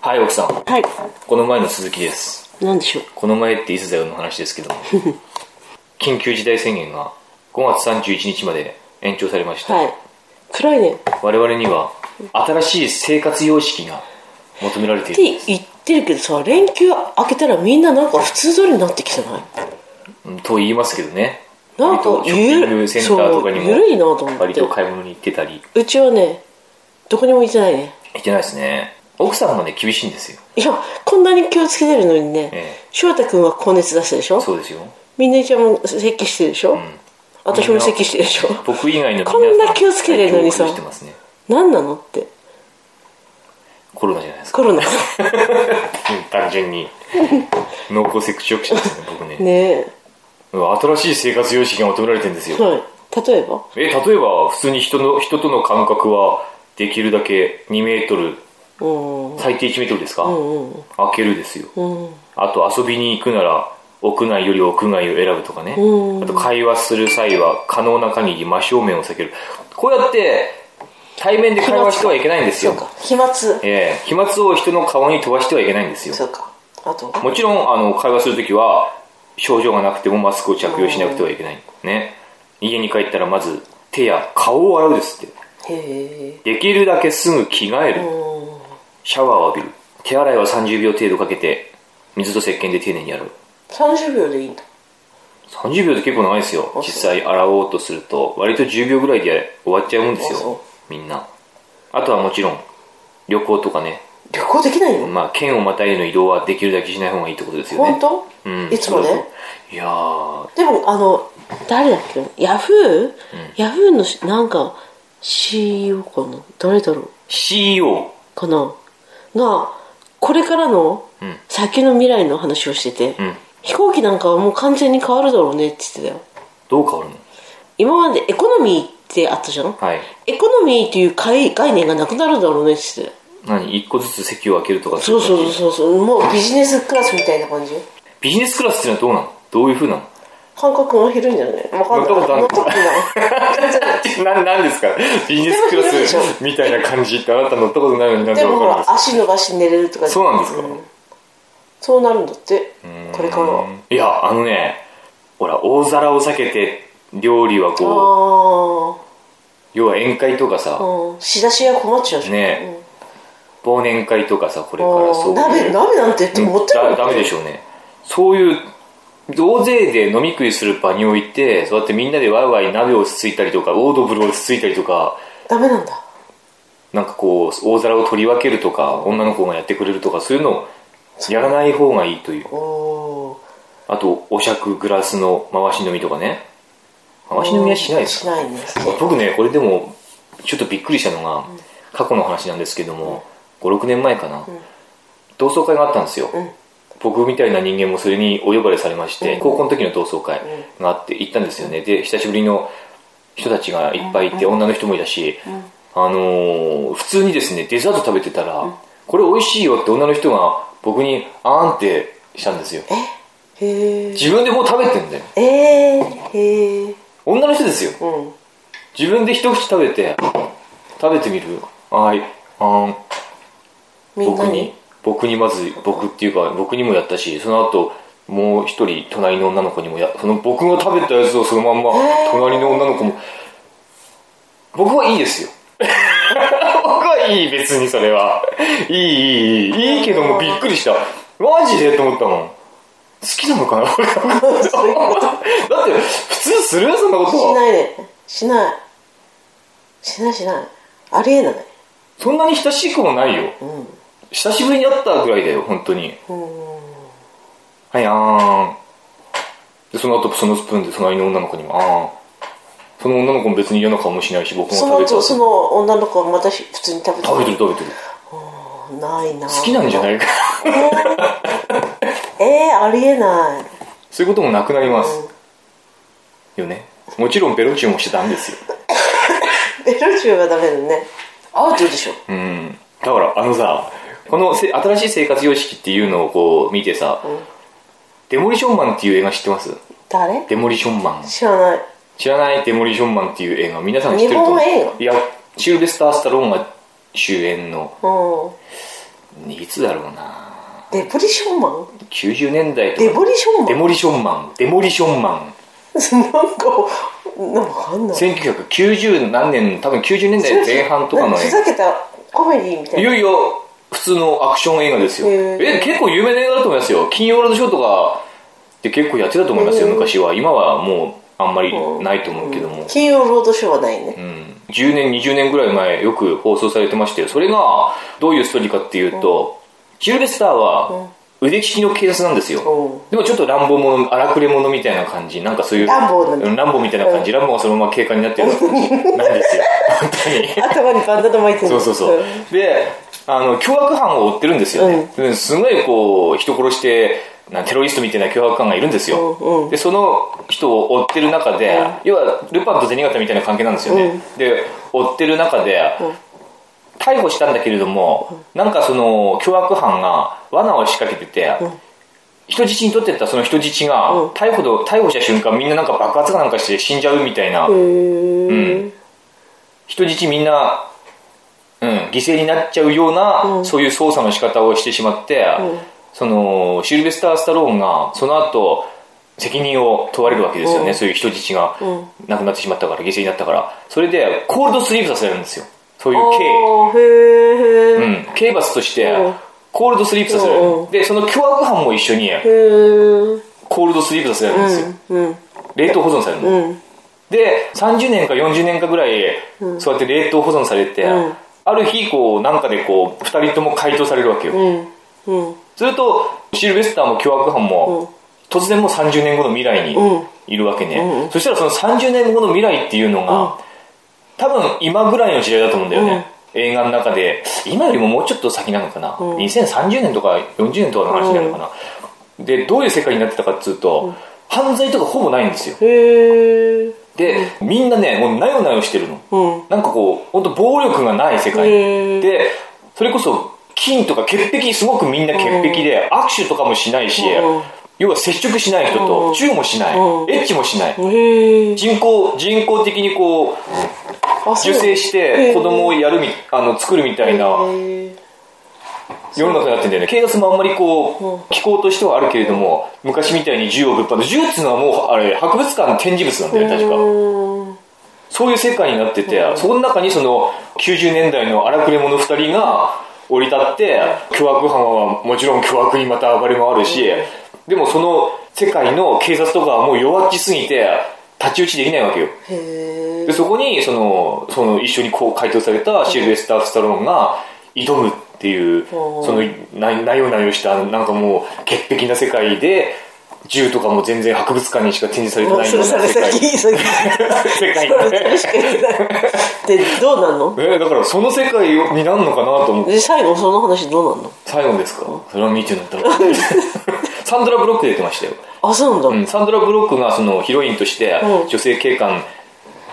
はい、奥さん。はい。この前の続きです。なんでしょう。この前っていつだよの話ですけ ども。緊急事態宣言が5月31日まで延長されました。はい。暗いね。っ我々には新しい生活様式が求められている。て言ってるけどさ、連休明けたらみんななんか普通通りになってきてないうんと言いますけどね。なん割かとショッピゆングる、センターとかにゆるいなとも思っ割てと。買い物に行ってたり。うちはね、どこにも行ってないね。行ってないですね。奥さんもね、厳しいんですよ。いや、こんなに気をつけてるのにね、ええ翔太君は高熱出したでしょそうですよ。みんなちゃんも咳してるでしょ、私も咳してるでしょ僕以外の皆さこんな気をつけてるのにさ気を崩してますね。何なのって。コロナじゃないですか。コ ロうナ。ん単純に濃厚接触者ですね僕ねね新しい生活様式が求められてるんですえ。よはい。例えばえ例えば普通に人の人との間隔はできるだけ2メートルうん。最低1メートルですか、うんうん。開けるですよ、うん。あと遊びに行くなら屋内より屋外を選ぶとかね、うんあと会話する際は可能な限り真正面を避けるこうやって対面で会話してはいけないんですそうよか。飛沫。ええ飛沫を人の顔に飛ばしてはいけないんですよそうか。あと、もちろんあの会話するときは症状がなくてもマスクを着用しなくてはいけない、ね、家に帰ったらまず手や顔を洗うですってへえ。できるだけすぐ着替えるうん。シャワーを浴びる手洗いは30秒程度かけて水と石鹸で丁寧にやる30秒でいいんだ30秒って結構長いですよ実際洗おうとすると割と10秒ぐらいで終わっちゃうんですあよそみんなあとはもちろん旅行とかね、旅行できないのまあ、県をまたいでの移動はできるだけしない方がいいってことですよね本う当、ん、いつもそうそうねいやーでもあの誰だっけヤフー、ヤフーのしなんか CEO かな誰だろう CEO かながこれからのうん先の未来の話をしてて、うん飛行機なんかはもう完全に変わるだろうねって言ってたよどう変わるの今までエコノミーってあったじゃん、はいエコノミーっていう概概念がなくなるだろうねって言ってたよ何一個ずつ席を空けるとかそうそう感じそうそうもうビジネスクラスみたいな感じビジネスクラスってのはどうなのどういうふうなの感覚が広いんじゃない分かんない乗ったことある乗ったことない ななんですかビジネスクラスみたいな感じってあなた乗ったことないのになんででもわかるんほでらすか足伸ばして寝れるとかそうなんですかそうなるんだってこれからはうんいやあのねほら大皿を避けて料理はこうあ要は宴会とかさあ、うん、仕出しが困っちゃうじゃんね忘年会とかさこれうからん、そうああい鍋う鍋なんてってもったいないだダメでしょうねそういう大勢で飲み食いする場においてそうやってみんなでワイワイ鍋をつついたりとかオードブルをつついたりとかダメなんだなんかこう大皿を取り分けるとか女の子がやってくれるとかそういうのをやらない方がいいというおおあとお酌グラスの回し飲みとかね回し飲みはしないですしかないね僕ねこれでもちょっとびっくりしたのが過去の話なんですけども56年前かな、同窓会があったんですよ、ん僕みたいな人間もそれにお呼ばれされまして、高校の時の同窓会があって行ったんですよねで久しぶりの人たちがいっぱいいて、女の人もいたし、あのー普通にですねデザート食べてたら、これ美味しいよって女の人が僕にあーんってしたんですよへえ自分でもう食べてんだよえー、へえ女の人ですようん自分で一口食べて食べてみるはいあーんみん僕なにに僕にまず僕っていうか僕にもやったしその後もう一人隣の女の子にもやその僕が食べたやつをそのまんまへー隣の女の子も僕はいいですよ 僕はいい別にそれはいいいいいいいいけどもびっくりしたマジでと思ったもん好きなの かな俺だって普通するそんなことしはないねしないしないしないありえないそんなに親しくもないようん久しぶりに会ったぐらいだよ本当にうんはい、あーん。で、その後、そのスプーンで隣の女の子にも、あーん。その女の子も別に嫌な顔もしないし、僕もそ食べのちゃ後う。そ食の女の子はまた普通に食べてべてる食べてる。るないな好きなんじゃないか。えー、ありえないそういうこともなくなります。よね。もちろんベロチューもしちゃダメですよ。ベロチューはダメだねアウトでしょうん。だから、あのさ、このせ新しい生活様式っていうのをこう見てさ、デモリションマンっていう映画知ってます誰デモリションマン。知らない知らないデモリションマンっていう映画、皆さん知ってると思う。日本映いや、シルベスター・スタローンが主演の、ういつだろうなデボリションマン90年代とかデボリションマデンモリションマンデモリションマンなんかなんかわかんない1990何年多分90年代前半とかのなん映ふざけたコメディみた画いいなよいよ普通のアクション映画ですよへーえ結構有名な映画だと思いますよ金曜ロードショーとかで結構やってたと思いますよへー昔は今はもうあんまりないと思うけども金曜ロードショーはないねうん、10年20年ぐらい前よく放送されてましてそれがどういうストーリーかっていうと、シルベスターは腕利きの警察なんですよ、うんでもちょっと乱暴者荒くれ者みたいな感じなんかそういう乱暴なんだうん乱暴みたいな感じ、乱暴がそのまま警官になってるような感じ なんですよ本当に頭にバンダナ巻いてるそうそうそうであの凶悪犯を追ってるんですよね、ですごいこう人殺してなテロリストみたいな凶悪犯がいるんですよ、うんうんでその人を追ってる中で、要はルパンと銭形みたいな関係なんですよね、で追ってる中で、ん逮捕したんだけれども、なんかその凶悪犯が罠を仕掛けてて、人質に取ってったその人質がうん逮捕と逮捕した瞬間みんななんか爆発かなんかして死んじゃうみたいな、へー人質みんな、うん、犠牲になっちゃうような、うんそういう操作の仕方をしてしまって、うんそのシルベスター・スタローンがその後責任を問われるわけですよね、うんそういう人質がうん亡くなってしまったから犠牲になったからそれでコールドスリープさせられるんですよそういうあーへー刑、うん、刑罰としてうんコールドスリープさせられる、うんうんでその凶悪犯も一緒にへーコールドスリープさせられるんですよ、うん冷凍保存されるの、うんうんで30年か40年かぐらい、そうやって冷凍保存されて、うんある日こうなんかでこう2人とも解凍されるわけよ、うんうんするとシルベスターも凶悪犯も、突然もう30年後の未来にうんいるわけね、うんそしたらその30年後の未来っていうのが、うん多分今ぐらいの時代だと思うんだよね、映画の中で今よりももうちょっと先なのかな、ん2030年とか40年とかの話になるのかな、でどういう世界になってたかっつうと、犯罪とかほぼないんですよへーで、みんなねもうなよなよしてるの、うんなんかこう本当暴力がない世界へーでそれこそ金とか潔癖すごくみんな潔癖で握手とかもしないしうん要は接触しない人うとんチューもしないうんエッチもしないへー人工人工的にこうあそう受精して子供をやるみあの作るみたいなへー世の中になってんだよね警察もあんまりこう機構としてはあるけれども昔みたいに銃をぶっ放す銃っつうのはもうあれ博物館の展示物なんだよ確かうんそういう世界になってて、そこの中にその90年代の荒くれ者2人が降り立って凶悪犯はもちろん凶悪にまた暴れ回るし、でもその世界の警察とかはもう弱っちすぎて太刀打ちできないわけよへでそこにそのその一緒にこう回答されたシルベスター・スタローンが挑むっていう、うんそのななよなよしたなんかもう潔癖な世界で銃とかも全然博物館にしか展示されーてもうないそようれなそれ世界先それ世界そにれねそ れしか言ってないでどうなんのえーだからその世界になるのかなと思ってで最後その話どうなんの最後ですかそれは見てなったら サンドラ・ブロック出てましたよ、あそうなんだ、うん、サンドラ・ブロックがそのヒロインとしてうん女性警官、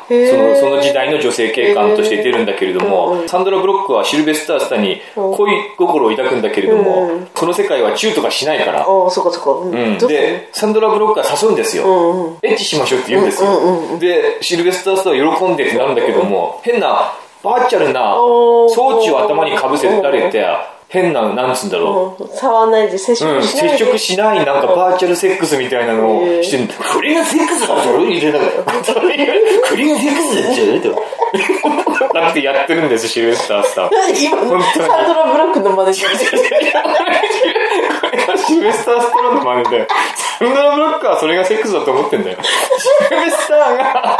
へーそのその時代の女性警官として出るんだけれども、うんうんサンドラ・ブロックはシルベスター・スターに恋心を抱くんだけれども、うんその世界はチューとかしないから、ああそっかそっかううんん、どうするでサンドラ・ブロックは誘うんですよ、うんうんエッチしましょうって言うんですよ、うんうんうでシルベスター・スターは喜んでってなるんだけども、変なバーチャルなおー装置を頭にかぶせられて変ななんつうんだろう、うん触らないで接う触ん、しないで、接触しないなんかバーチャルセックスみたいなのをしてるこれがセックスだぞみたいな これがセックスだぞとだってやってるんですシルベスタースター 今本当にサンドラ・ブロックの真似してるこれがシルベスター・ストローンの真似だよサンドラ・ブロックはそれがセックスだと思ってんだよシルベスターがあ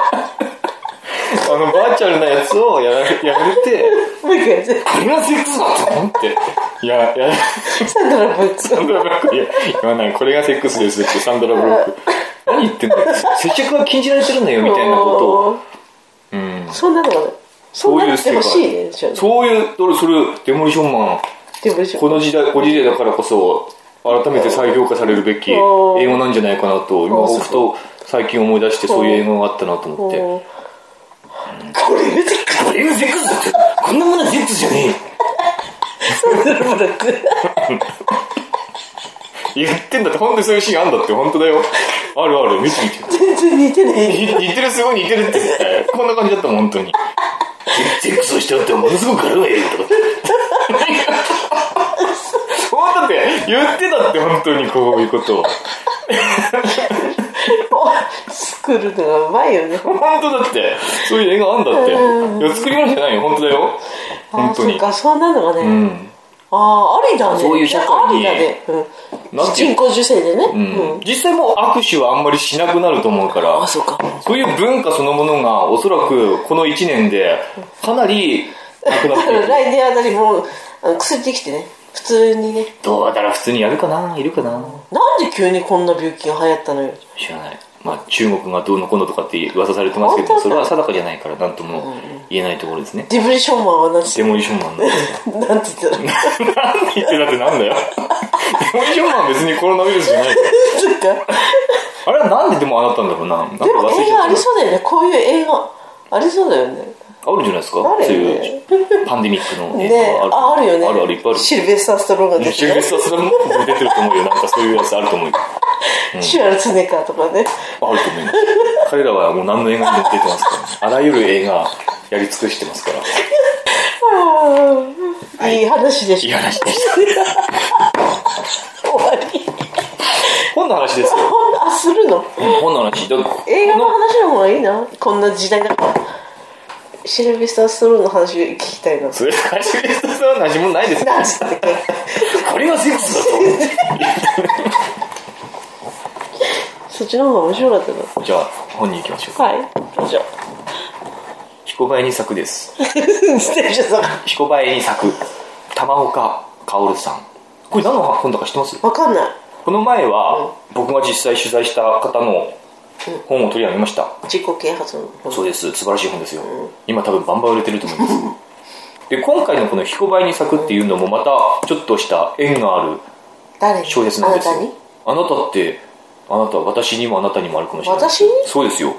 のバーチャルなやつをやらやめてもう一回やってこれがセックスだと思っていややサンドラ・ブロックサンドラブロックいや言わないこれがセックスですってサンドラブロック何言ってんだよ接接触は禁じられてるんだよみたいなことをうんそんなのがないそそんうないうので世界ほしいねじゃあそういう俺それデモリションマンでもいいじゃんこの時代ご時代だからこそ改めて再評価されるべき映おー画なんじゃないかなと今あーそうふと最近思い出してそういう映画があったなと思ってこれ見てこれがセックスだってこんなものはセックスじゃねサンドラ・ブロックえ言ってんだって本当にそういうシーンあんだって本当だよあるある見てみて全然似てない似似てるすごい似てるって絶対こんな感じだったもん本当に セックスをしてあってものすごく軽いとか言ってたって本当にこういうことを作るのがうまいよね本当だってそういう映画あんだっていや作り話じゃないよ本当だよあ本ー当そっにかそんなのがね、うんああありだねそういう社会にいやありだね、う、なんんていう人工授精でね、ううんん実際もう握手はあんまりしなくなると思うからあそうかそういう文化そのものがおそらくこの1年でかなりなくなってい く来年あたりもうあの薬できてね普通にねどうだろう普通にやるかないるかななんで急にこんな病気が流行ったのよ知らない、まあ、中国がどうのこうのとかって噂されてますけ本ど当それは定かじゃないから何とも言えないところですねデブリショーマンはなんてデモリションマンの なんて言って何言ってたってなんだよ デモリションマンは別にコロナウイルスじゃないからたのなんかあれはなんででもああなったんだろうななんかでも忘れ映ちゃ画っあたりそうだよねこういう映画ありそうだよねあるんじゃないですかあそうるよいねうパンデミックの映ね画ああるよねあるあるいっぱいあるシルベスター・ストローンが出シてルベねスタースラムも出てると思うよなんかそういうやつあると思うよシュアルツェネッカーとかあねると思います彼らはもう何の映画にも出てますから、ね、あらゆる映画やり尽くしてますからあいい話でしいいょ話でした終わり本の話ですよあするの本の話だ映画の話の方がいいなこんな時代だからシルベスター・ストローンの話聞きたいなそれからシルベスタースラムの話もないですなんつったっけこれがセックスだとそっちの方が面白かったなじゃあ本に行きましょうかはいどうじゃ彦林に咲くです 自転車さん彦林に咲く玉岡薫さんこれ何の本だか知ってますわかんないこの前は僕が実際取材した方の本を取り上げました自己啓発の本そうです素晴らしい本ですよ今多分バンバン売れてると思い ますで今回のこの「ひこばいに咲く」っていうのもまたちょっとした縁がある誰に小説なんですよあなたにあなたってあなた私にもあなたにもあるかもしれない私にそうですよ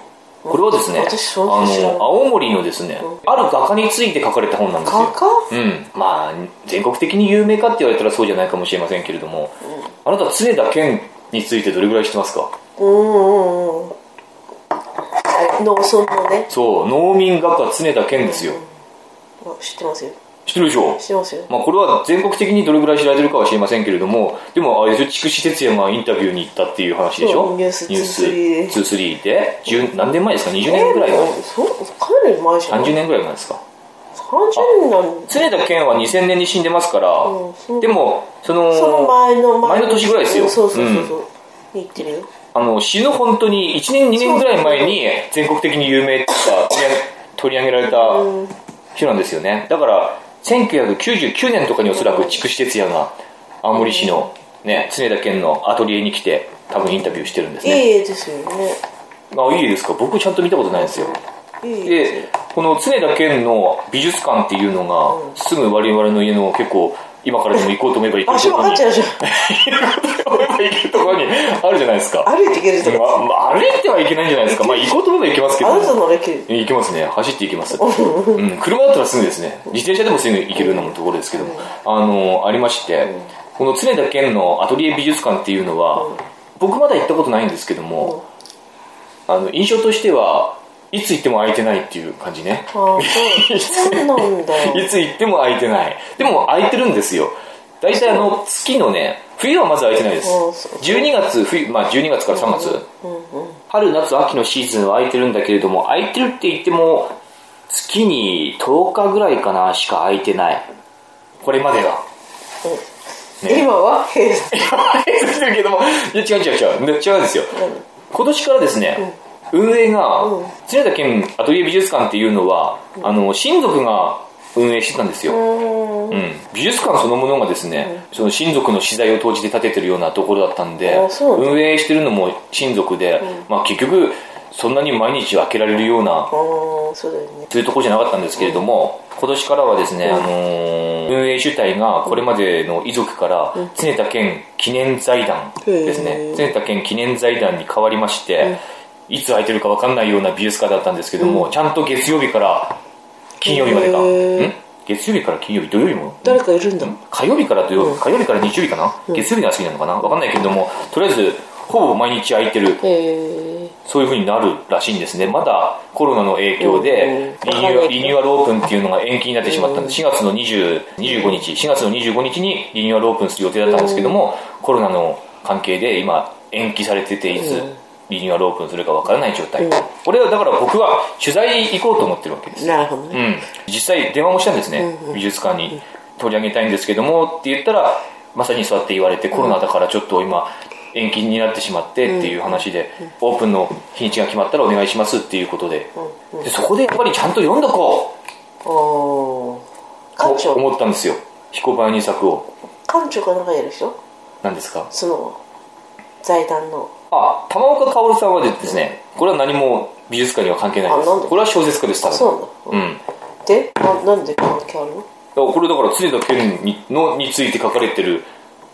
これはですね私あそう知らないの青森のですねある画家について書かれた本なんですよ画家うん、まあ全国的に有名かって言われたらそうじゃないかもしれませんけれども、あなた常田健についてどれぐらい知ってますかうんうんうんあ農村のねそう農民画家常田健ですよあ知ってますよ知ってるでしょ知ってますよまあ、これは全国的にどれぐらい知られてるかは知りませんけれどもでもあれでしょ筑紫哲也がインタビューに行ったっていう話でしそょうニュースニュース23で23で10何年前ですか20年ぐらい前えそうかなり前じゃん30年ぐらい前ですか30年なん常田健は2000年に死んでますから、うんそうでもそのその前の前の年ぐらいですようんそうそうそうそう言ってるよあの死ぬ本当に1年2年ぐらい前に全国的に有名ってさ取り上げ取り上げられたうん人なんですよねだから1999年とかにおそらく筑紫哲也が青森市の、ね、常田健のアトリエに来て多分インタビューしてるんですいいね絵ですよねあいいですか僕ちゃんと見たことないんですよいい絵ですよでこの常田健の美術館っていうのが、すぐ我々の家の結構今からでも行こうと思えば行ける足と分こかろっにちゃうじゃん思えば 行けるところにあるじゃないですか歩いていけるとまかあまあ歩いてはいけないんじゃないですかまあ行こうと思えば行けますけどあなたのレキュ行けますね走って行けます、うん、車だったらすぐですね自転車でもすぐ行けるようなところですけども、あのありましてこの常田健のアトリエ美術館っていうのは、僕まだ行ったことないんですけども、あの印象としてはいつ行っても空いてないっていう感じね、あ あそうそうなんだよいつ行っても空いてないでも空いてるんですよ大体あの月のね冬はまず空いてないですあそう12月冬、まあ、12月から3月、うんうん春夏秋のシーズンは空いてるんだけれども空いてるって言っても月に10日ぐらいかなしか空いてないこれまでは ね今は平成ですけどもいや違う違う違うね違うんですよ何今年からですね、運営が、うん常田県アトリエ美術館っていうのは、あの親族が運営してたんですよ、ううん、美術館そのものがですね、その親族の資材を投じて建ててるようなところだったんであそう運営してるのも親族で、まあ、結局そんなに毎日開けられるようなーんそうだよねそういうところじゃなかったんですけれども、今年からはですね、あのー運営主体がこれまでの遺族から常田健記念財団ですへねー常田健記念財団に変わりまして、いつ空いてるか分かんないような美術館だったんですけども、ちゃんと月曜日から金曜日までか、へーん月曜日から金曜日土曜日も誰かいるんだ火曜日から土曜日、火曜日から日曜日かな、月曜日が過ぎなのかなわかんないけれどもとりあえずほぼ毎日空いてるへえそういうふうになるらしいんですねまだコロナの影響でうんリニューアうんわかんないルけどリニューアルオープンっていうのが延期になってしまったんで4月の20 25日4月の25日にリニューアルオープンする予定だったんですけどもコロナの関係で今延期されてていつうんリニューアルオープンするかわからない状態うんこれはだから僕は取材行こうと思ってるわけですなるほどね、うん、実際電話もしたんですね、美術館に取り上げたいんですけどもって言ったらまさにそうやって言われてコロナだからちょっと今延期になってしまってっていう話で、オープンの日にちが決まったらお願いしますっていうことで,、でそこでやっぱりちゃんと読んどこおーうと館長思ったんですよ彦バイ2作を館長かなんかやる人何ですかその財団のあ玉岡薫さんはですねこれは何も美術館には関係ないであなんすでこれは小説家です多分そううんだかでななんで関係あるのらこれだから常田健にのについて書かれてる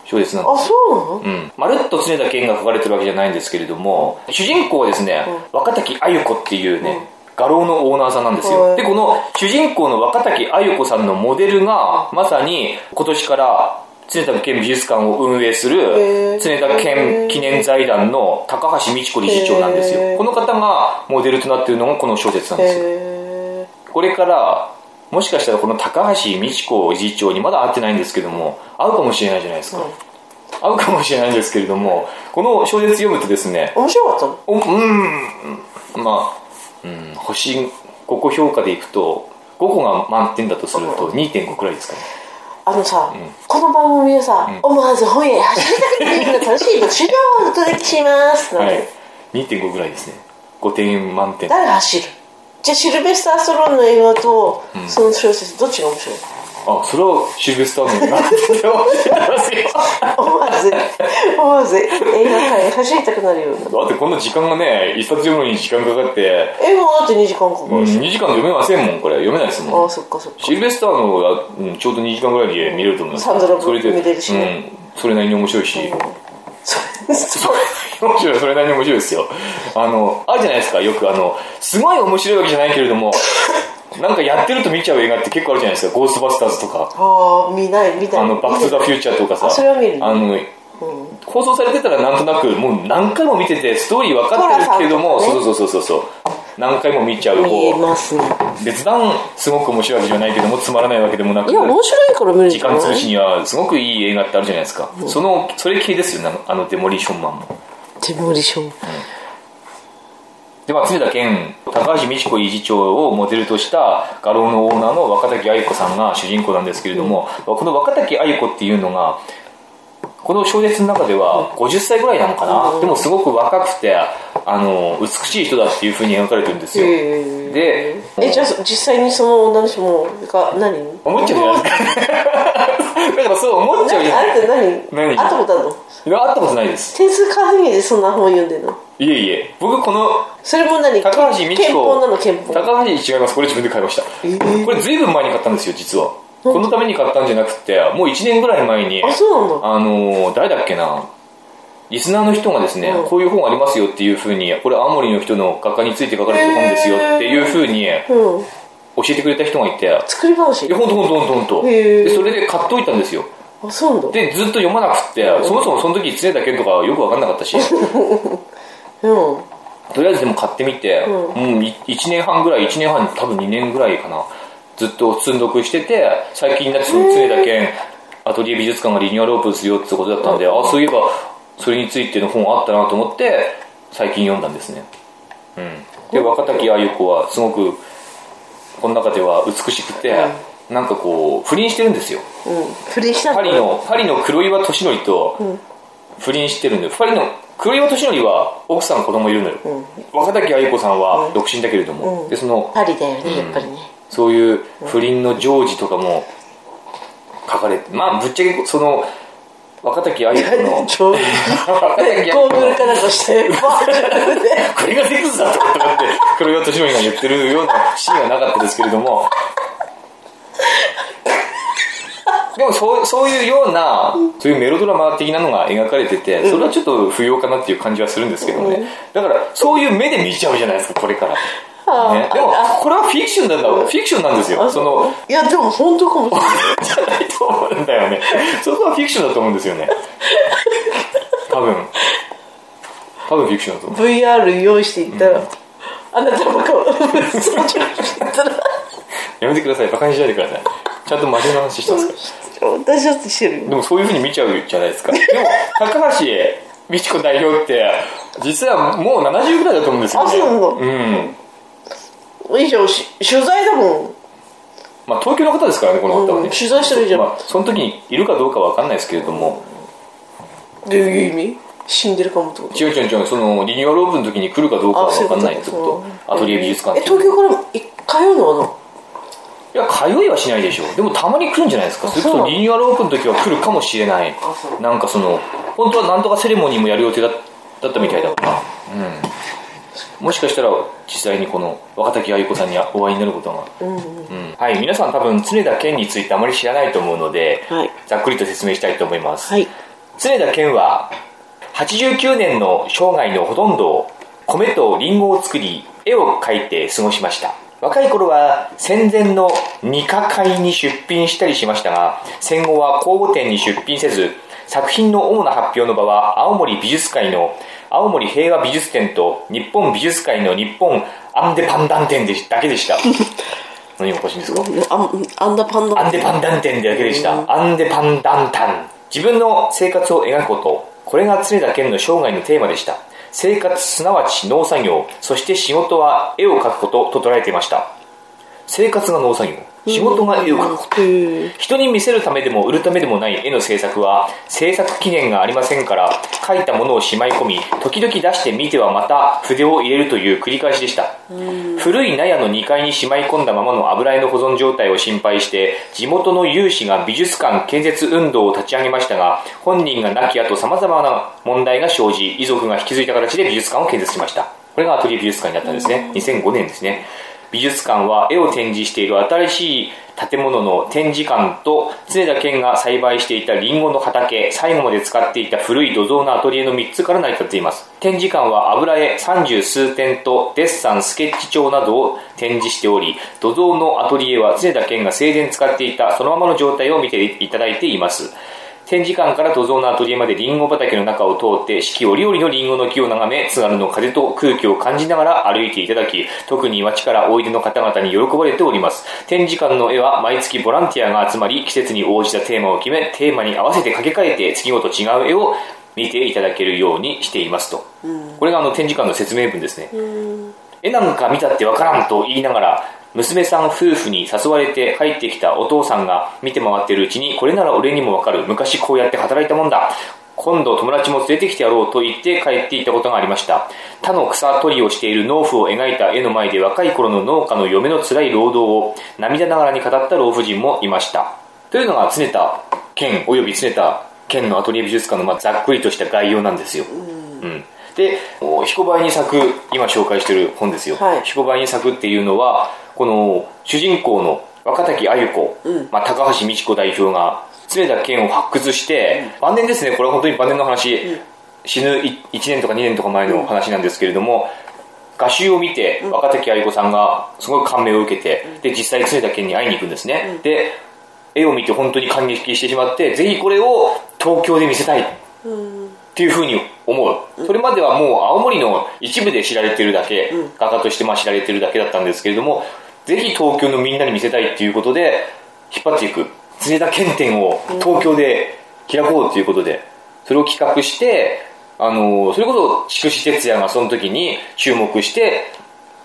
小説なんですあそうなの、うん、まるっと常田健が書かれてるわけじゃないんですけれども主人公はですね、若滝あゆ子っていうね、画廊のオーナーさんなんですはよいでこの主人公の若滝あゆ子さんのモデルがまさに今年から常田健美術館を運営すへるー常田健記念財団の高橋美智子理事長なんですへよーこの方がモデルとなっているのがこの小説なんですよへえこれからもしかしたらこの高橋美智子理事長にまだ会ってないんですけども会うかもしれないじゃないですか、合うかもしれないんですけれどもこの小説読むとですね面白かったのおうーんまあ、うん、星5個評価でいくと5個が満点だとすると2.5くらいですかねあのさ、この番組はさ、思わず本屋へ走りたくなるような楽しい読書情報をお届けします、はい2.5くらいですね5点満点あ誰走るじゃあシルベスター・ストローンの映画と、その小説どっちが面白いそれはシルベスターの映画ってますよ 思わず思わず映画館へ走りたくなるようなだってこんな時間がね一冊読むのに時間かかって、えもうだって2時間かかうん、るし、 2時間読めませんもんこれ読めないですもんああそっかそっかシルベスターのが、うん、ちょうど2時間ぐらいで見れると思いますサンドラブそれで見れるしねうん、それなりに面白いし、 そそれ面白いそれなりに面白いですよあのあるじゃないですかよくあのすごい面白いわけじゃないけれど もなんかやってると見ちゃう映画って結構あるじゃないですか「ゴーストバスターズ」とかああ見ない見「ないあのバック・トゥ・ザ・フューチャー」とかさあそれは見るのあの放送されてたらなんとなくもう何回も見ててストーリー分かってるけれども、寅さんとかそうそうそうそうそう何回も見ちゃう見えこますねう別段すごく面白いわけじゃないけどもつまらないわけでもなくいや面白いから見るん時じゃな間い潰しにはすごくいい映画ってあるじゃないですか、そのそれ系ですよねあのデモリションマンもデモリションでまあ、常田健高橋美智子理事長をモデルとした画廊のオーナーの若滝愛子さんが主人公なんですけれども、この若滝愛子っていうのがこの小説の中では50歳ぐらいなのかな、でもすごく若くてあの美しい人だっていうふうに描かれてるんですよ、えでえじゃあ実際にその女の人もが何思っちゃうじゃないです かだからそう思っちゃうじゃなないあれって何何会ったことあるのいや会ったことないです点数稼ぎでそんな本読んでんのいえいえ僕このそれも何高橋美智憲子法なの憲法高橋違いますこれ自分で買いました、ーこれずいぶん前に買ったんですよ実はこのために買ったんじゃなくてもう1年ぐらい前にあそうなんだあのー誰だっけなリスナーの人がですね、うんこういう本ありますよっていうふうにこれ青森の人の画家について書かれてる本ですよっていうふうにうん教えてくれた人がいていや作り話ほんとほんとほんとほんとへーでそれで買っといたんですよあそうなんだでずっと読まなくってそもそもその時常田健とかよく分かんなかったしうんとりあえずでも買ってみて、もうい1年半ぐらい1年半多分2年ぐらいかなずっと積んどくしてて最近になってその常田健アトリエ美術館がリニューアルオープンするよってことだったんで、あそういえばそれについての本あったなと思って最近読んだんですね、うん、で若滝あゆ子はすごくこの中では美しくて、なんかこう不倫してるんですようん不倫したパリのパリの黒岩敏則と不倫してるんで、パリの黒岩敏則は奥さん子供いるのよ、若竹愛子さんは独身だけれども、うんでそのパリだよねやっぱりねそういう不倫の常時とかも書かれてまあぶっちゃけその若竹愛子の ちょ若竹愛ゴ子ーグルのかなんかしてバーッてやってねこれがセックスだとかって思って黒岩敏則が言ってるようなシーンはなかったですけれどもでもそうそういうようなそういうメロドラマ的なのが描かれててそれはちょっと不要かなっていう感じはするんですけどねだからそういう目で見ちゃうじゃないですかこれから、あね、でもこれはフィクションなんだフィクションなんですよその いやでも本当かもしれないじゃないと思うんだよねそこはフィクションだと思うんですよね多分多分フィクションだと思 VR 用意していったら、あなたもかわその調子していったらうやめてくださいバカにしないでくださいちゃんと真面目な話したんですか私だってしてるよでもそういうふうに見ちゃうじゃないですかでも高橋美智子代表って実はもう70ぐらいだと思うんですよねあそううんいいじゃんし取材だもまあ、東京の方ですからねこの方はね、うん取材してるじゃんまあ、その時にいるかどうかは分かんないですけれどもんどういう意味死んでるかもってこと違う違う違うそのリニューアルオープンの時に来るかどうかは分かんないってこそうとアトリエ美術館え東京から一回通うのかいや通いはしないでしょうでもたまに来るんじゃないですかそれこそうそリニューアルオープンの時は来るかもしれないあそうなんかその本当はなんとかセレモニーもやる予定だだったみたいだからうんもしかしたら実際にこの若滝あゆ子さんにお会いになることが、なうんうんはい皆さん多分常田健についてあまり知らないと思うので、はいざっくりと説明したいと思います、はい常田健は89年の生涯のほとんどを米とリンゴを作り絵を描いて過ごしました若い頃は戦前の二課会に出品したりしましたが戦後は公募展に出品せず作品の主な発表の場は青森美術会の青森平和美術展と日本美術会の日本アンデパンダン展でしだけでした何がおかしいんですかあアンダパンアンダデパンダンテンだけでした。アンデパンダンタン。自分の生活を描くこと。これが常田健の生涯のテーマでした。生活すなわち農作業、そして仕事は絵を描くことと捉えていました。生活が農作業、仕事が絵を描くこと。うん人に見せるためでも売るためでもない絵の制作は制作期限がありませんから描いたものをしまい込み時々出してみてはまた筆を入れるという繰り返しでした古い納屋の2階にしまい込んだままの油絵の保存状態を心配して地元の有志が美術館建設運動を立ち上げましたが本人が亡き後さまざまな問題が生じ遺族が引き継いだ形で美術館を建設しましたこれがアトリエ美術館になったんですね2005年ですね美術館は絵を展示している新しい建物の展示館と常田健が栽培していたリンゴの畑最後まで使っていた古い土蔵のアトリエの3つから成り立っています展示館は油絵三十数点とデッサンスケッチ帳などを展示しており土蔵のアトリエは常田健が生前使っていたそのままの状態を見ていただいています展示館から土蔵のアトリエまでリンゴ畑の中を通って四季折々のリンゴの木を眺め津軽の風と空気を感じながら歩いていただき特に町からおいでの方々に喜ばれております展示館の絵は毎月ボランティアが集まり季節に応じたテーマを決めテーマに合わせて掛け替えて月ごと違う絵を見ていただけるようにしていますと、これがあの展示館の説明文ですね、絵なんか見たってわからんと言いながら娘さん夫婦に誘われて帰ってきたお父さんが見て回ってるうちにこれなら俺にもわかる昔こうやって働いたもんだ今度友達も連れてきてやろうと言って帰っていったことがありました他の草取りをしている農夫を描いた絵の前で若い頃の農家の嫁の辛い労働を涙ながらに語った老婦人もいましたというのが常田県および常田県のアトリエ美術館のまあざっくりとした概要なんですよ、うん、でお彦バイに咲く今紹介してる本ですよ、はい彦バイに咲くっていうのはこの主人公の若滝あゆ子、うんまあ、高橋美智子代表が常田健を発掘して、晩年ですねこれは本当に晩年の話、死ぬ1年とか2年とか前の話なんですけれども、画集を見て若滝愛子さんがすごい感銘を受けて、で実際常田健に会いに行くんですね、で絵を見て本当に感激してしまってぜひこれを東京で見せたいっていうふうに思うそれまではもう青森の一部で知られてるだけ、画家としてまあ知られてるだけだったんですけれどもぜひ東京のみんなに見せたいっていうことで引っ張っていく常田県展を東京で開こうということで、それを企画してあのーそれこそ筑紫哲也がその時に注目して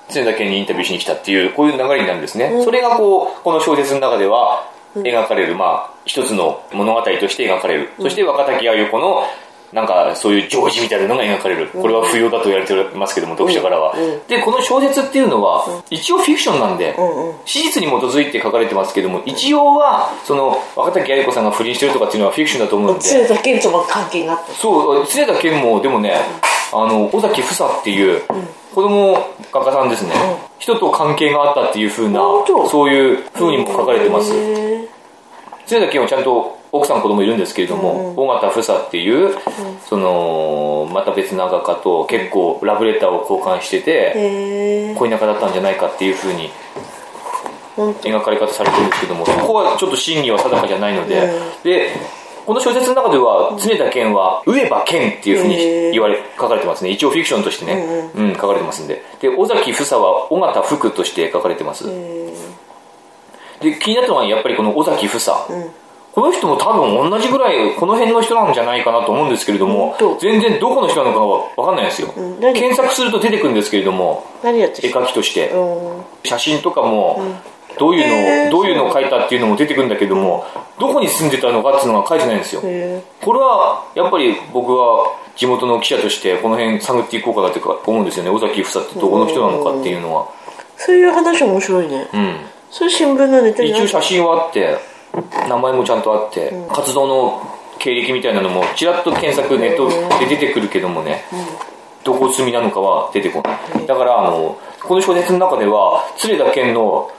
常田健にインタビューしに来たっていうこういう流れになるんですね、それがこうこの小説の中では描かれる、まあ一つの物語として描かれる、そして若滝あゆ子のなんかそういう情事みたいなのが描かれるこれは不要だと言われてますけども読者からは、うんでこの小説っていうのは、一応フィクションなんで、うんうん史実に基づいて書かれてますけども一応はその若滝あゆ子さんが不倫してるとかっていうのはフィクションだと思うんで常田健とも関係があったそう常田健もでもねあの尾崎房っていう子供画家さんですね、人と関係があったっていう風な本当そういう風にも書かれてますへー常田健はちゃんと奥さん子供いるんですけれども、尾形房っていう、そのまた別な画家と結構ラブレターを交換しててへー恋仲だったんじゃないかっていう風に本描かれ方されてるんですけどもそこはちょっと真偽は定かじゃないので、うんでこの小説の中では常田健は「上ば健」っていうふうへーに言われ書かれてますね一応フィクションとしてね、うん書かれてますんでで尾崎房は尾形福として書かれてますえで気になったのはやっぱりこの尾崎房、んこの人も多分同じぐらいこの辺の人なんじゃないかなと思うんですけれども本当全然どこの人なのかは分かんないですよ、ん何検索すると出てくるんですけれどもー何やって絵る描きとしてうん写真とかもどういうのを、へーどういうのを描いたっていうのも出てくるんだけどもどこに住んでたのかっていうのが書いてないんですよへこれはやっぱり僕は地元の記者としてこの辺探っていこうかなというか思うんですよね尾崎房ってどこの人なのかっていうのはーそういう話面白いねうんそういう新聞のネタに一な応る写真はあって名前もちゃんとあって活動の経歴みたいなのもちらっと検索ネットで出てくるけどもねどこ住みなのかは出てこないだからあのこの小説の中では鶴田健の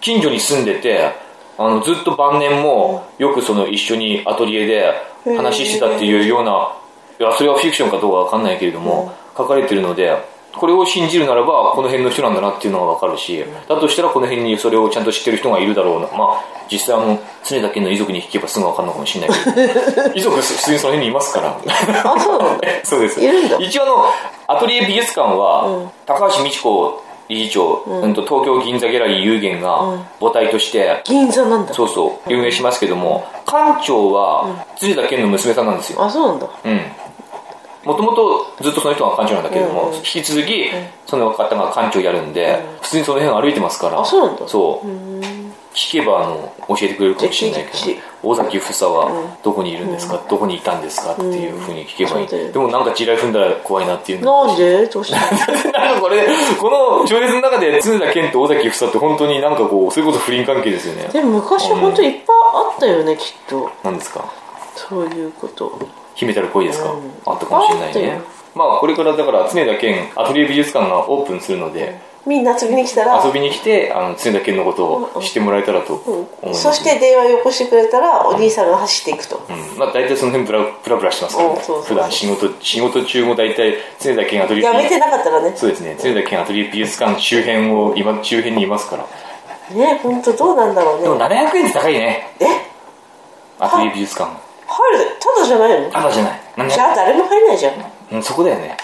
近所に住んでてあのずっと晩年もよくその一緒にアトリエで話してたっていうようないやそれはフィクションかどうかわかんないけれども書かれてるのでこれを信じるならばこの辺の人なんだなっていうのがわかるしだとしたらこの辺にそれをちゃんと知ってる人がいるだろうなまあ実際あの常田健の遺族に聞けばすぐわかんのかもしれないけど遺族普通にその辺にいますからあそうなんだ そうですいるんだ一応あのアトリエ美術館は、高橋美智子理事長、うんと東京銀座ギャラリー有限が母体として、銀座なんだそうそう運営しますけども、館長は辻田健の娘さんなんですよあそうなんだうんもともとずっとその人が館長なんだけども、うんうん引き続きその方が館長やるんで、普通にその辺歩いてますからあそうなんだそう聞けばあの教えてくれるかもしれないけじゃあ聞いど尾崎房はどこにいるんですか、どこにいたんですかっていうふうに聞けばいい、そうだよでもなんか地雷踏んだら怖いなっていう のなんでどうし たのなんかこれこの小説の中で常田健と尾崎房って本当になんかこうそれこそ不倫関係ですよねでも昔本当いっぱいあったよねきっとなんですかそういうこと秘めたる恋ですか、うんあったかもしれないあったねよまあこれからだから常田健アトリエ美術館がオープンするのでみんな遊びに来たら遊びに来てあの常田健のことを知ってもらえたらと思います、そして電話よこしてくれたらお兄さんが走っていくと、うんまあ、大体その辺ブラブラブラしてますから、うんねそうそう、普段仕事仕事中も大体常田健アトリエやめてなかったらねそうですね常田健アトリエ美術館周辺を今周辺にいますからね本当どうなんだろでうもね700円って高いねえアトリエ美術館入るただじゃないのただじゃない700じゃあ誰も入んないじゃんうん、そこだよね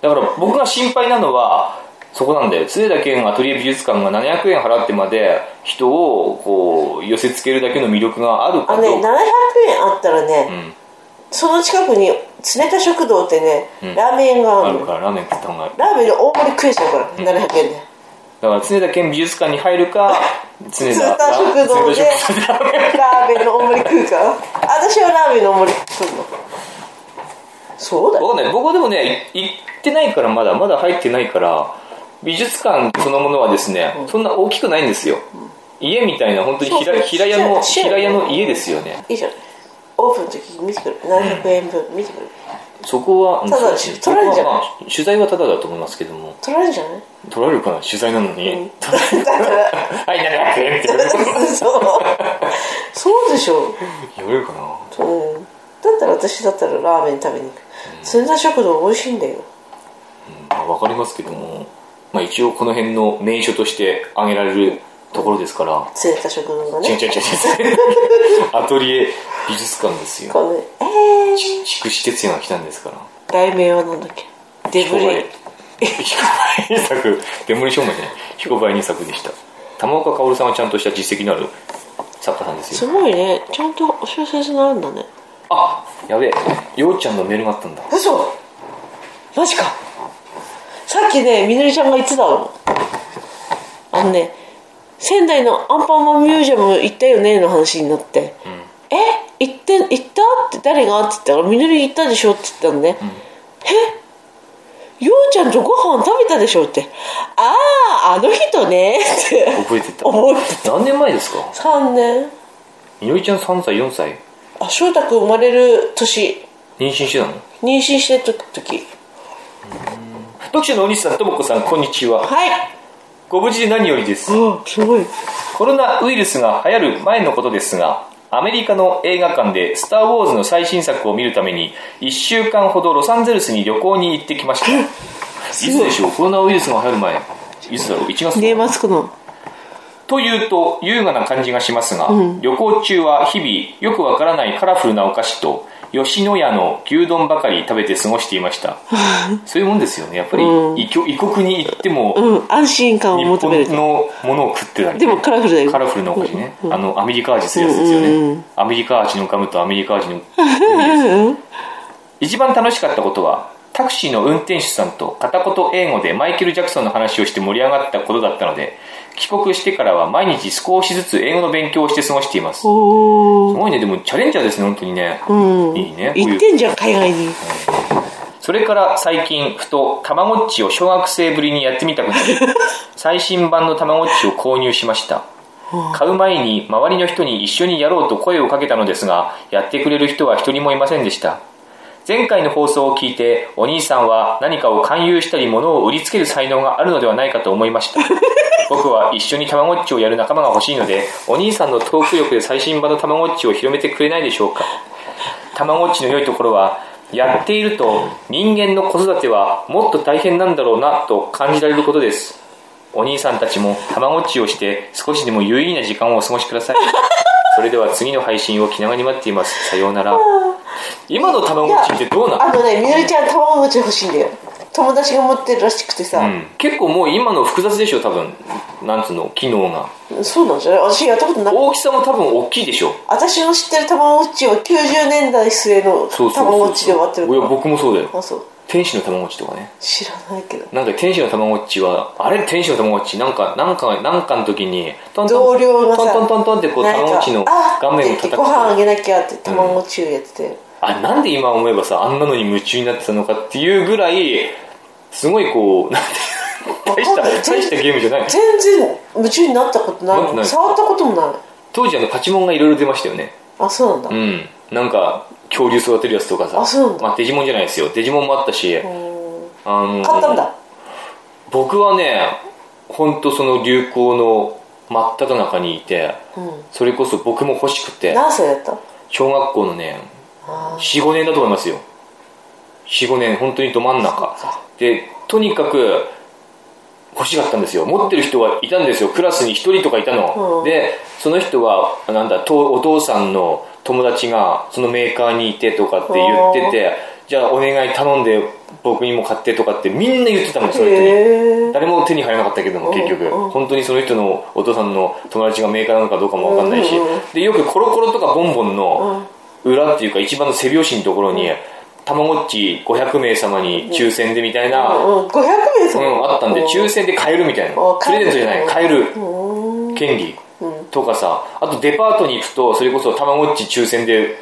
だから僕が心配なのはそこなんだよ常田健アトリエ美術館が700円払ってまで人をこう寄せつけるだけの魅力があるあかのねど700うか円あったらね、んその近くに常田食堂ってね、ラーメン屋がああるるのからラーメン食った方がいいだラーメンの大盛り食えちゃうから、700円でから常田健美術館に入る か常常田田食堂で常田食堂でラーメンの大盛り食うから私はラーメンの大盛り食うのそうだよわかんない僕はでもねい行ってないからまだまだ入ってないから美術館そのものはですね、そんな大きくないんですよ、家みたいな本当に平そうそう平屋のちっちゃい平屋の家ですよねいいじゃんオープンの時に見てくる700円分見てくるそこは、うんただそうですね取られんじゃんそこはまあ取材はただだと思いますけども、取られるんじゃない取られるかな取材なのに。取られるだからはい、700円って言われるそうそうでしょ、うん、言われるかなだったら私だったらラーメン食べに行く鶴田食堂美味しいんだよまあわかりますけども、まあ一応この辺の名所として挙げられるところですから、鶴田食堂が違う違うね違う違う。アトリエ美術館ですよ。このねえー、ち筑紫哲也が来たんですから。題名はなんだっけデブレ彦倍二作、 デモリションマンじゃない。彦倍二作でした。玉岡薫さんはちゃんとした実績のある作家さんですよ。すごいねちゃんと小説になるんだねあやべえようちゃんのメールがあったんだ嘘マジかさっきねみのりちゃんが言ってたのあのね仙台のアンパンマンミュージアム行ったよねの話になって「え行って行った?」って誰がって言ったら「みのり行ったでしょ」って言ったのね「えようちゃんとご飯食べたでしょ」って「あああの人ね」って覚えてた覚えて何年前ですかた3年みのりちゃん3歳4歳あ翔太君生まれる年妊娠してたの妊娠してた時読者のお兄さんともこさんこんにちははいご無事で何よりですあすごいコロナウイルスが流行る前のことですがアメリカの映画館で「スター・ウォーズ」の最新作を見るために1週間ほどロサンゼルスに旅行に行ってきましたいつでしょうコロナウイルスが流行る前いつだろう1月ねマスクのというと優雅な感じがしますが、旅行中は日々よくわからないカラフルなお菓子と吉野家の牛丼ばかり食べて過ごしていました そういうもんですよねやっぱりう異居異国に行ってもうん、安心感を日求本めるとのものを食ってたりねでもカラフルだよカラフルなお菓子ね、あのアメリカ味するやつですよね、うんうんうアメリカ味のガムとアメリカ味の一番楽しかったことはタクシーの運転手さんと片言英語でマイケル・ジャクソンの話をして盛り上がったことだったので帰国してからは毎日少しずつ英語の勉強をして過ごしていますすおーごいねでもチャレンジャーですね本当にね、うんいいねこういう行ってんじゃん海外にそれから最近ふとたまごっちを小学生ぶりにやってみたくなり最新版のたまごっちを購入しました買う前に周りの人に一緒にやろうと声をかけたのですがやってくれる人は一人もいませんでした前回の放送を聞いてお兄さんは何かを勧誘したり物を売りつける才能があるのではないかと思いました僕は一緒にたまごっちをやる仲間が欲しいのでお兄さんのトーク力で最新版のたまごっちを広めてくれないでしょうかたまごっちの良いところはやっていると人間の子育てはもっと大変なんだろうなと感じられることですお兄さんたちもたまごっちをして少しでも有意義な時間をお過ごしくださいそれでは次の配信を気長に待っていますさようなら今のたまごっちってどうなのあのねみのりちゃん卵餅欲しいんだよ友達が持ってるらしくてさ、うん、結構もう今の複雑でしょ多分なんつうの機能がそうなんじゃない私やったことない大きさも多分大きいでしょ私の知ってる卵餅は90年代末のそうそうそうそう卵餅で終わってるからいや僕もそうだよあそう天使の卵っちとかね知らないけどなんか天使の卵っちはあれ天使の卵っちなんかなんかなんかの時にトント同ン僚がさトントントントンってこうなんか卵っちのあ顔面を叩っくてご飯あとげなきゃって卵餅をやってて、あなんで今思えばさあんなのに夢中になってたのかっていうぐらいすごいこうなんていうわかんのな大いした大したゲームじゃない全然夢中になったことないなってない触ったこともない当時あのパチモンがいろいろ出ましたよねあそうなんうだ、ん、なんか恐竜育てるやつとかさあそうなんだまあ、デジモンじゃないですよデジモンもあったし、あうんの買ったんだ僕はね本当その流行の真っ只中にいてうんそれこそ僕も欲しくて何歳だった小学校のねあ45年だと思いますよ45年本当にど真ん中そっかでとにかく欲しかったんですよ持ってる人はいたんですよクラスに1人とかいたの、うんでその人はなんだとお父さんの友達がそのメーカーにいてとかって言っててじゃあお願い頼んで僕にも買ってとかってみんな言ってたのそれにへえ誰も手に入らなかったけども結局うんうん本当にその人のお父さんの友達がメーカーなのかどうかも分かんないしうんうんでよくコロコロとかボンボンの、うん裏っていうか一番の背拍子のところに「たまごっち500名様に抽選で」みたいな、うん、500名う様ん、あったんで抽選で買えるみたいなプレゼントじゃない買えるうん権利うんとかさあとデパートに行くとそれこそたまごっち抽選で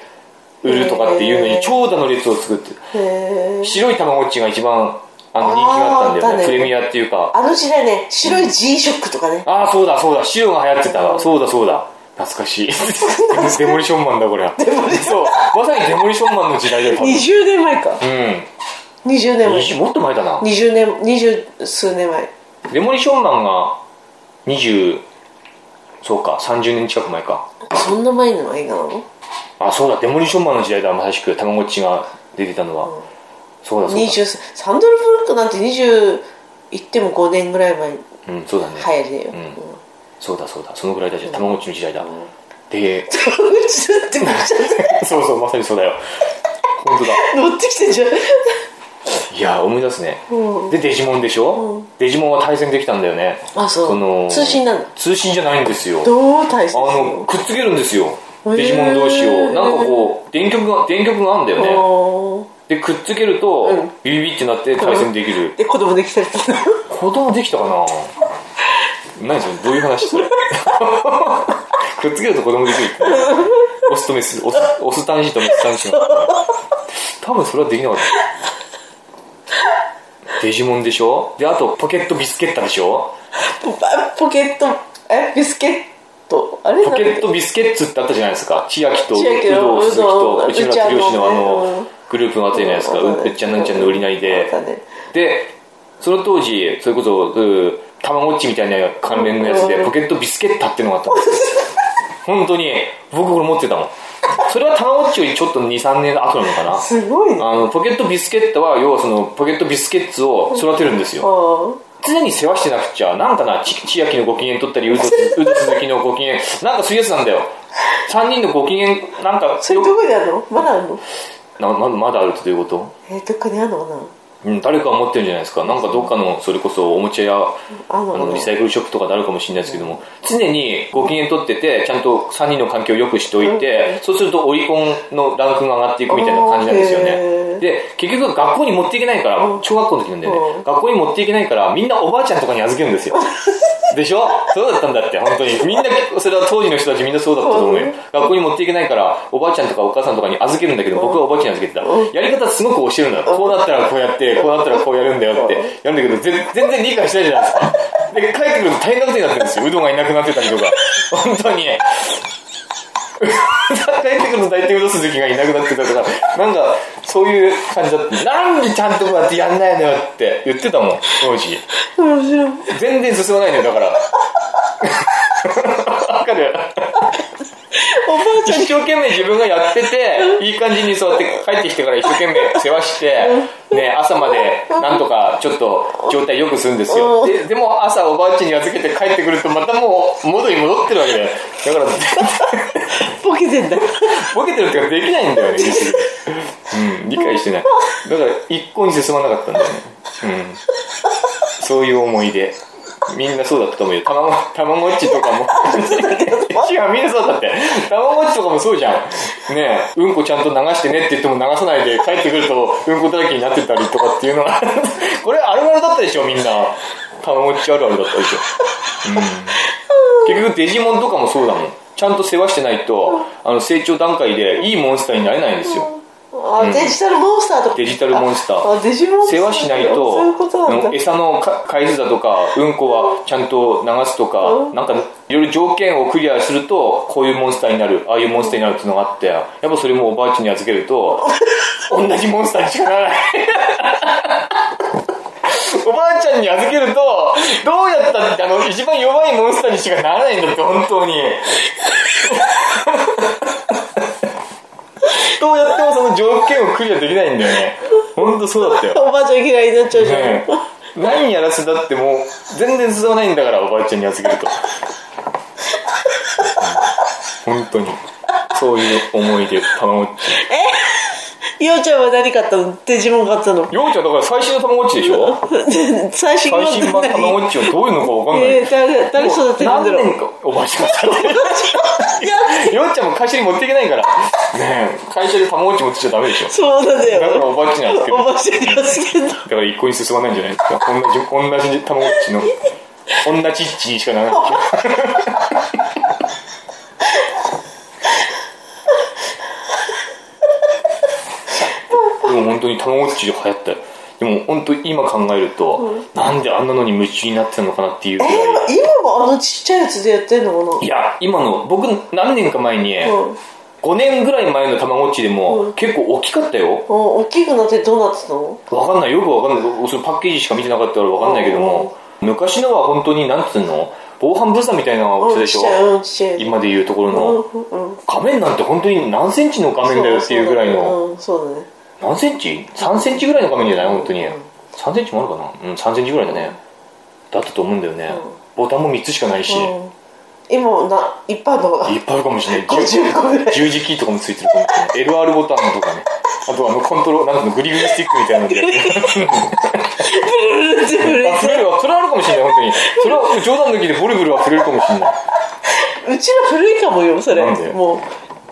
売るとかっていうのへにー長蛇の列を作ってへえ白いたまごっちが一番あの人気があったんだあーあよったねねプレミアっていうかあの時代ね白い G ショックとかね、ああそうだそうだ白が流行ってたわそうだそうだ懐か しいデモリションマンだこれはそうまさにデモリションマンの時代だよ多 分20年前かうん20年前20もっと前だな20年20数年前デモリションマンが20そうか30年近く前かそんな前の映画なのあそうだデモリションマンの時代だまさしくたまごっちが出てたのは、そうだそうだ、 20サンドルブロックなんて20いっても5年ぐらい前にうん、そうだね、流行りだよ、ううんんそうだそうだそのぐらいだじゃんたまごっちの時代だ、で ちょっとびっくりしちゃっそうそうまさにそうだよ本当だた乗ってきてんじゃんいや思い出すね、うでデジモンでしょ、デジモンは対戦できたんだよね あそうの通信なの通信じゃないんですよどう対戦あするのくっつけるんですよへーデジモン同士をなんかこう電極が電極があるんだよねおーでくっつけると、うんビビビってなって対戦できる、で子供できたりするの子供できたかな何それどういう話それくっつけると子供できるってオスとメスオスオス単子とメス単子の多分それはできなかったデジモンでしょであとポケットビスケッタでしょポケットえビスケットあれポケットビスケッツってあったじゃないですか千秋と有千秋の働鈴木と内村剛のあうのんグループのあったじゃないですかうんうっちゃんなんちゃんの売りなりでなんかねでその当時それこそうたまごっちみたいな関連のやつうでんポケットビスケッタってのがあったんですよ 本当に僕これ持ってたもんそれはたまごっちよりちょっと23年後なのかなすごいねあのポケットビスケッタは要はそのポケットビスケッツを育てるんですよあ常に世話してなくちゃ、なんかな、ち千秋のご機嫌取ったり、 うずうず鈴木のご機嫌、なんかそういうやつなんだよ。3人のご機嫌、なんか、それどこにあるのまだあるのなままだあるとどういうことえーどっかにあるのかなうん、誰かが持ってるんじゃないですか。なんかどっかの、それこそおもちゃや、ああののリサイクルショップとかであるかもしれないですけども、常にご機嫌取ってて、ちゃんと3人の環境を良くしておいて、そうするとオリコンのランクが上がっていくみたいな感じなんですよあーへね。ーで、結局学校に持っていけないから、小学校の時なんでねう、ん学校に持っていけないから、みんなおばあちゃんとかに預けるんで すよ。でしょそうだったんだって、本当に。みんな、それは当時の人たちみんなそうだったと思ううよん。学校に持っていけないから、おばあちゃんとかお母さんとかに預けるんだけど、僕はおばあちゃんに預けてた。やり方すごく教えるんだ。こうだったらこうやって、こうだったらこうやるんだよって。やるんだけど、ぜ全然理解しないじゃないですか。で、帰ってくると大変なことになってるんですよ。うどんがいなくなってたりとか。本当に。帰ってくると大体うどん鈴木がいなくなってたとか、なんか、そういう感じだった。なんでちゃんとこうやってやんないのよって言ってたもん、当時。面白い全然進まないのよ、だから。わかるおばあちゃん一生懸命自分がやってて、いい感じにそうやって帰ってきてから一生懸命世話して、ね、朝までなんとかちょっと状態良くするんですよ。ででも朝おばあちゃんに預けて帰ってくるとまたもう元に戻ってるわけだよ。だから、ボケてんだボケてるっていうかできないんだよね、結局うん、理解してない。だから一向に進まなかったんだよね。うん。そういう思い出。みんなそうだったと思うよ。たまご、たまごっちとかも。違う、みんなそうだって。たまごっちとかもそうじゃん。ねえ、うんこちゃんと流してねって言っても流さないで帰ってくるとうんこだらけになってたりとかっていうのは、これあるあるだったでしょ、みんな。たまごっちあるあるだったでしょ。うん。結局デジモンとかもそうだもん。ちゃんと世話してないと、あの、成長段階でいいモンスターになれないんですよ。あデジタルモンスターとかデジタルモンスター。あデジモンスタ世ー話しないとそういうことなんだ餌のか海図だとかうんこはちゃんと流すとか、うんなんかいろいろ条件をクリアするとこういうモンスターになるああいうモンスターになるっていうのがあってやっぱそれもおばあちゃんに預ける と同じモンスターにしかならない おばあちゃんに預けるとどうやったってあの一番弱いモンスターにしかならないんだって本当 にどうやってもその条件をクリアできないんだよね本当そうだったよおばあちゃん嫌いになっちゃうじゃん、ねえ何やらせだってもう全然進まないんだからおばあちゃんに預けると本当にそういう思い出たまごっちようちゃんは何買ったのデジモン買ったのようちゃんだから最新のたまごっちでしょ最新版最って新版たまごっちはどういうのかわかんない、えー誰誰育ててるんだ何ろう年かおばあちゃんが育てていやるようちゃんも会社に持っていけないからねえ会社でたまごっち持ってきちゃダメでしょそうなんだだからよおばあちゃんに預けるおばあちゃんに預けただから一向に進まないんじゃないですか同じ同じたまごっちの同じっちにしかならないでも本当にたまごっち流行ったよでも本当今考えると、なんであんなのに夢中になってたのかなっていうぐらい、え今もあのちっちゃいやつでやってんのいかや今の僕何年か前に、なうんうん5年ぐらい前のたまごっちでも、うん結構大きかったよ大きくなってどうなってたのわかんないよくわかんないそのパッケージしか見てなかったからわかんないけども、昔のは本当になんつうの防犯ブザみたいな大きさうんでちしっょ、ちゃいうんちっちゃい今でいうところうんの、うんうん画面なんて本当に何センチの画面だよっていうぐらいの、うんそうだね何センチ ?3 センチぐらいの画面じゃない本当に、3センチもあるかなうん3センチぐらいだね、だったと思うんだよね、ボタンも3つしかないし、うん今もないっぱいあるのかないっぱいあるかもしれない50個ぐらい十字キーとかもついてるかもしれない LR ボタンとかねあとあのコントロールなんかのグリグリスティックみたいな のであ触れるわそれあるかもしれない本当にそれは冗談抜きでボルブルは触れるかもしれないうちら古いかもよそれなんでもう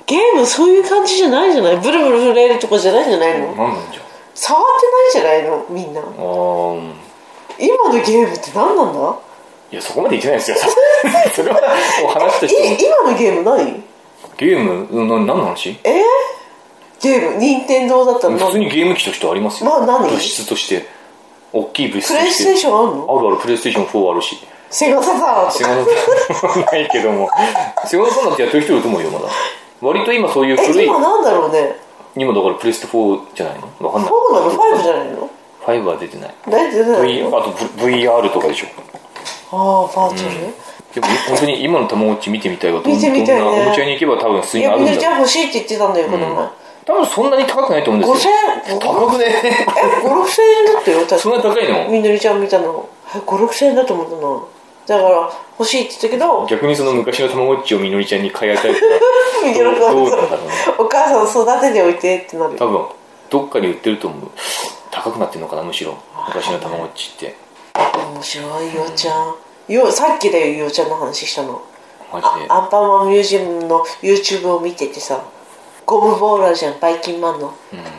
ゲームそういう感じじゃないじゃないブルブル震えるとこじゃないんじゃないの、何なんじゃ触ってないじゃないのみんなあーうん今のゲームって何なんだいやそこまでいけないですよ それはもう話した人いも今のゲーム何ゲームうん何何の話えゲーム任天堂だったら普通何にゲーム機としてありますよ、まあ何物質として大きい物質プとレイしステーてションあるのあるあるプレイステーション4あるしセガサターンとセかガサ ないけどもセガサなんてやってる人いると思うよまだ割と今そういう古えい今なんだろうね今だからプレステ4じゃないのわかんない4なの5じゃないの5は出てない何て言う V あのと V- VR とかでしょああバーチャル、でも本当に今のたまごっち見てみたいわと思見てみたいねどんなおもちゃ屋に行けば多分普通いにあやるみんんだなよじゃあ欲しいって言ってたんだよこの前、多分そんなに高くないと思うんです5000よ円高くねえ五六千円だったよ確かそんな高いのみのりちゃん見たの56000円だと思ったなだから欲しいって言ったけど逆にその昔のたまごっちをみのりちゃんに買い与えたら喜ぶどうなんだろうねお母さん育てておいてってなる多分どっかに売ってると思う高くなってるのかなむしろ昔のたまごっちって面白いようちゃんよさっきだよようちゃんの話したのマジであアンパンマンミュージアムの YouTube を見ててさゴムボールあるじゃんバイキンマンの、う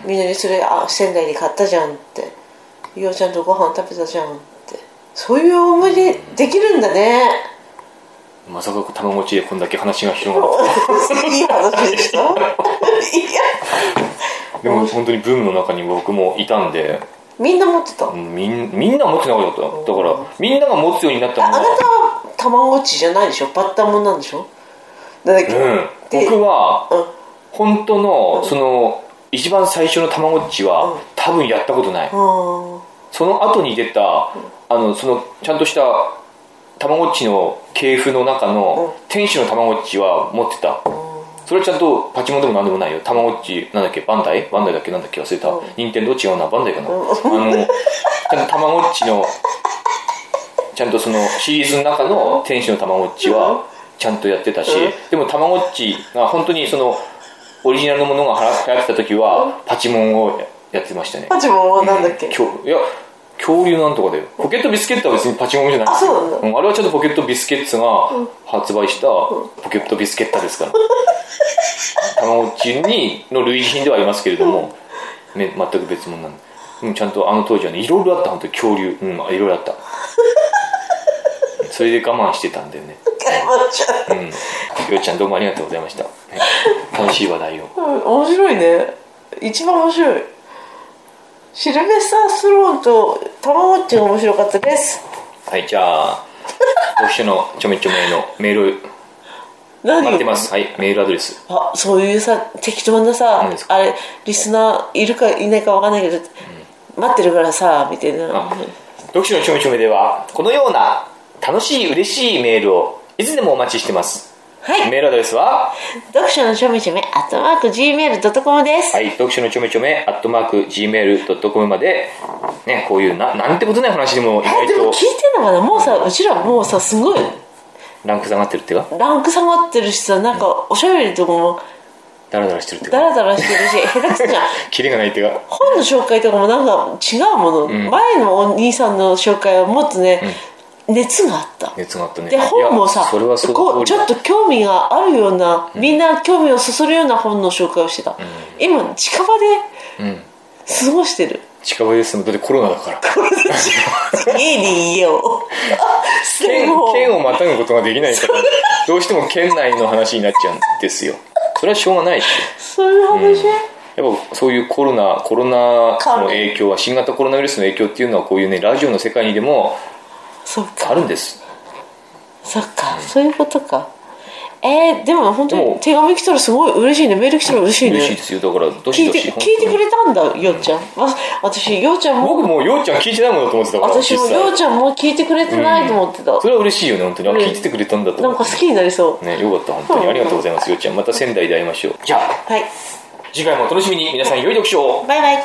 みんなにそれあ仙台で買ったじゃんってようちゃんとご飯食べたじゃんってそういう思い出できるんだね、まさかたまごっちでこんだけ話が広がっいい話でしたいやたでも本当にブームの中に僕もいたんでみんな持ってた、あうんみんみんな持ってなかっただからみんなが持つようになったあなもたのははたまごっちじゃないでしょバッタモンなんでしょなんだっけ、うんで僕はうん本当のその一番最初のたまごっちうんは多分やったことないあその後に出たあのそのちゃんとしたたまごっちの系譜の中の天使のたまごっちは持ってたそれはちゃんとパチモンでもなんでもないよたまごっちなんだっけバンダイバンダイだっけなんだっけ忘れたうん任天堂違うなバンダイかなあうんのちゃんとたまごっちのちゃんとそのシリーズの中の天使のたまごっちはちゃんとやってたしうんでもたまごっちが本当にそのオリジナルのものが流行ってた時はパチモンをやってましたねパチモンはなんだっけ、きょいや恐竜なんとかだよポケットビスケットは別にパチモンじゃないあそうなんだあれはちゃんとポケットビスケッツが発売したポケットビスケッタですからたまごっちにの類似品ではありますけれども、ね、全く別物なんで、うん、ちゃんとあの当時はねいろいろあった本当に恐竜うんいろいろあったそれで我慢してたんだよねうんようちゃんどうもありがとうございました、ね楽しい話題をうん面白いね一番面白いシルベスター・スローンとたまごっちが面白かったですはいじゃあ読書のちょめちょめのメール何待ってます。はい、メールアドレス。あそういうさ適当なさ何ですかあれリスナーいるかいないかわかんないけど、待ってるからさみたいなあ読書のちょめちょめでは、このような楽しい、嬉しいメールをいつでもお待ちしてます。はいメールアドレスは、読書のちょめちょめアットマーク Gmail.com です、はい、読書のちょめちょめ、アットマーク、gmail.com まで、ね、こういうな、なんてことない話でも意え外でもと聞いてんのかなもうさうちらもうさすごいランク下がってるっていうか、ランク下がってるしさなんかおしゃべりとかもダラダラしてるっていうダか、ラダラして るし下手くそじゃんキレがないっていうか、本の紹介とかもなんか違うもの、ん前のお兄さんの紹介はもっとね、熱があった熱があったね。で本もさいやそれはそこのう通ちりょっだと興味があるような、みんな興味をそそるような本の紹介をしてた、今近場でうん。過ごしてる近場ですもん。だってコロナだから。家に家を ステイ県ホーム県をまたぐことができないから、どうしても県内の話になっちゃうんですよ。それはしょうがないし。そういう話、やっぱそういうコロナコロナの影響は新型コロナウイルスの影響っていうのはこういうねラジオの世界にでもそっあかるんですそっか、そういうことかえー、でも本当でにも手紙来たらすごい嬉しいねメール来たら嬉しいね嬉しいですよだからど聞しいどてし聞い本当にてくれたんだようちゃん、わ私ようちゃんも僕もうようちゃん聞いてないものだと思ってたから私もりょうゃちゃんも聞いてくれてないと思ってた、それは嬉しいよね本当にあうん聞いててくれたんだとなん思か好ってきになりそうねよかった本当にありがとうございますようちゃんまた仙台で会いましょうじゃあはい次回もお楽しみに皆さん良い読書をバイバイ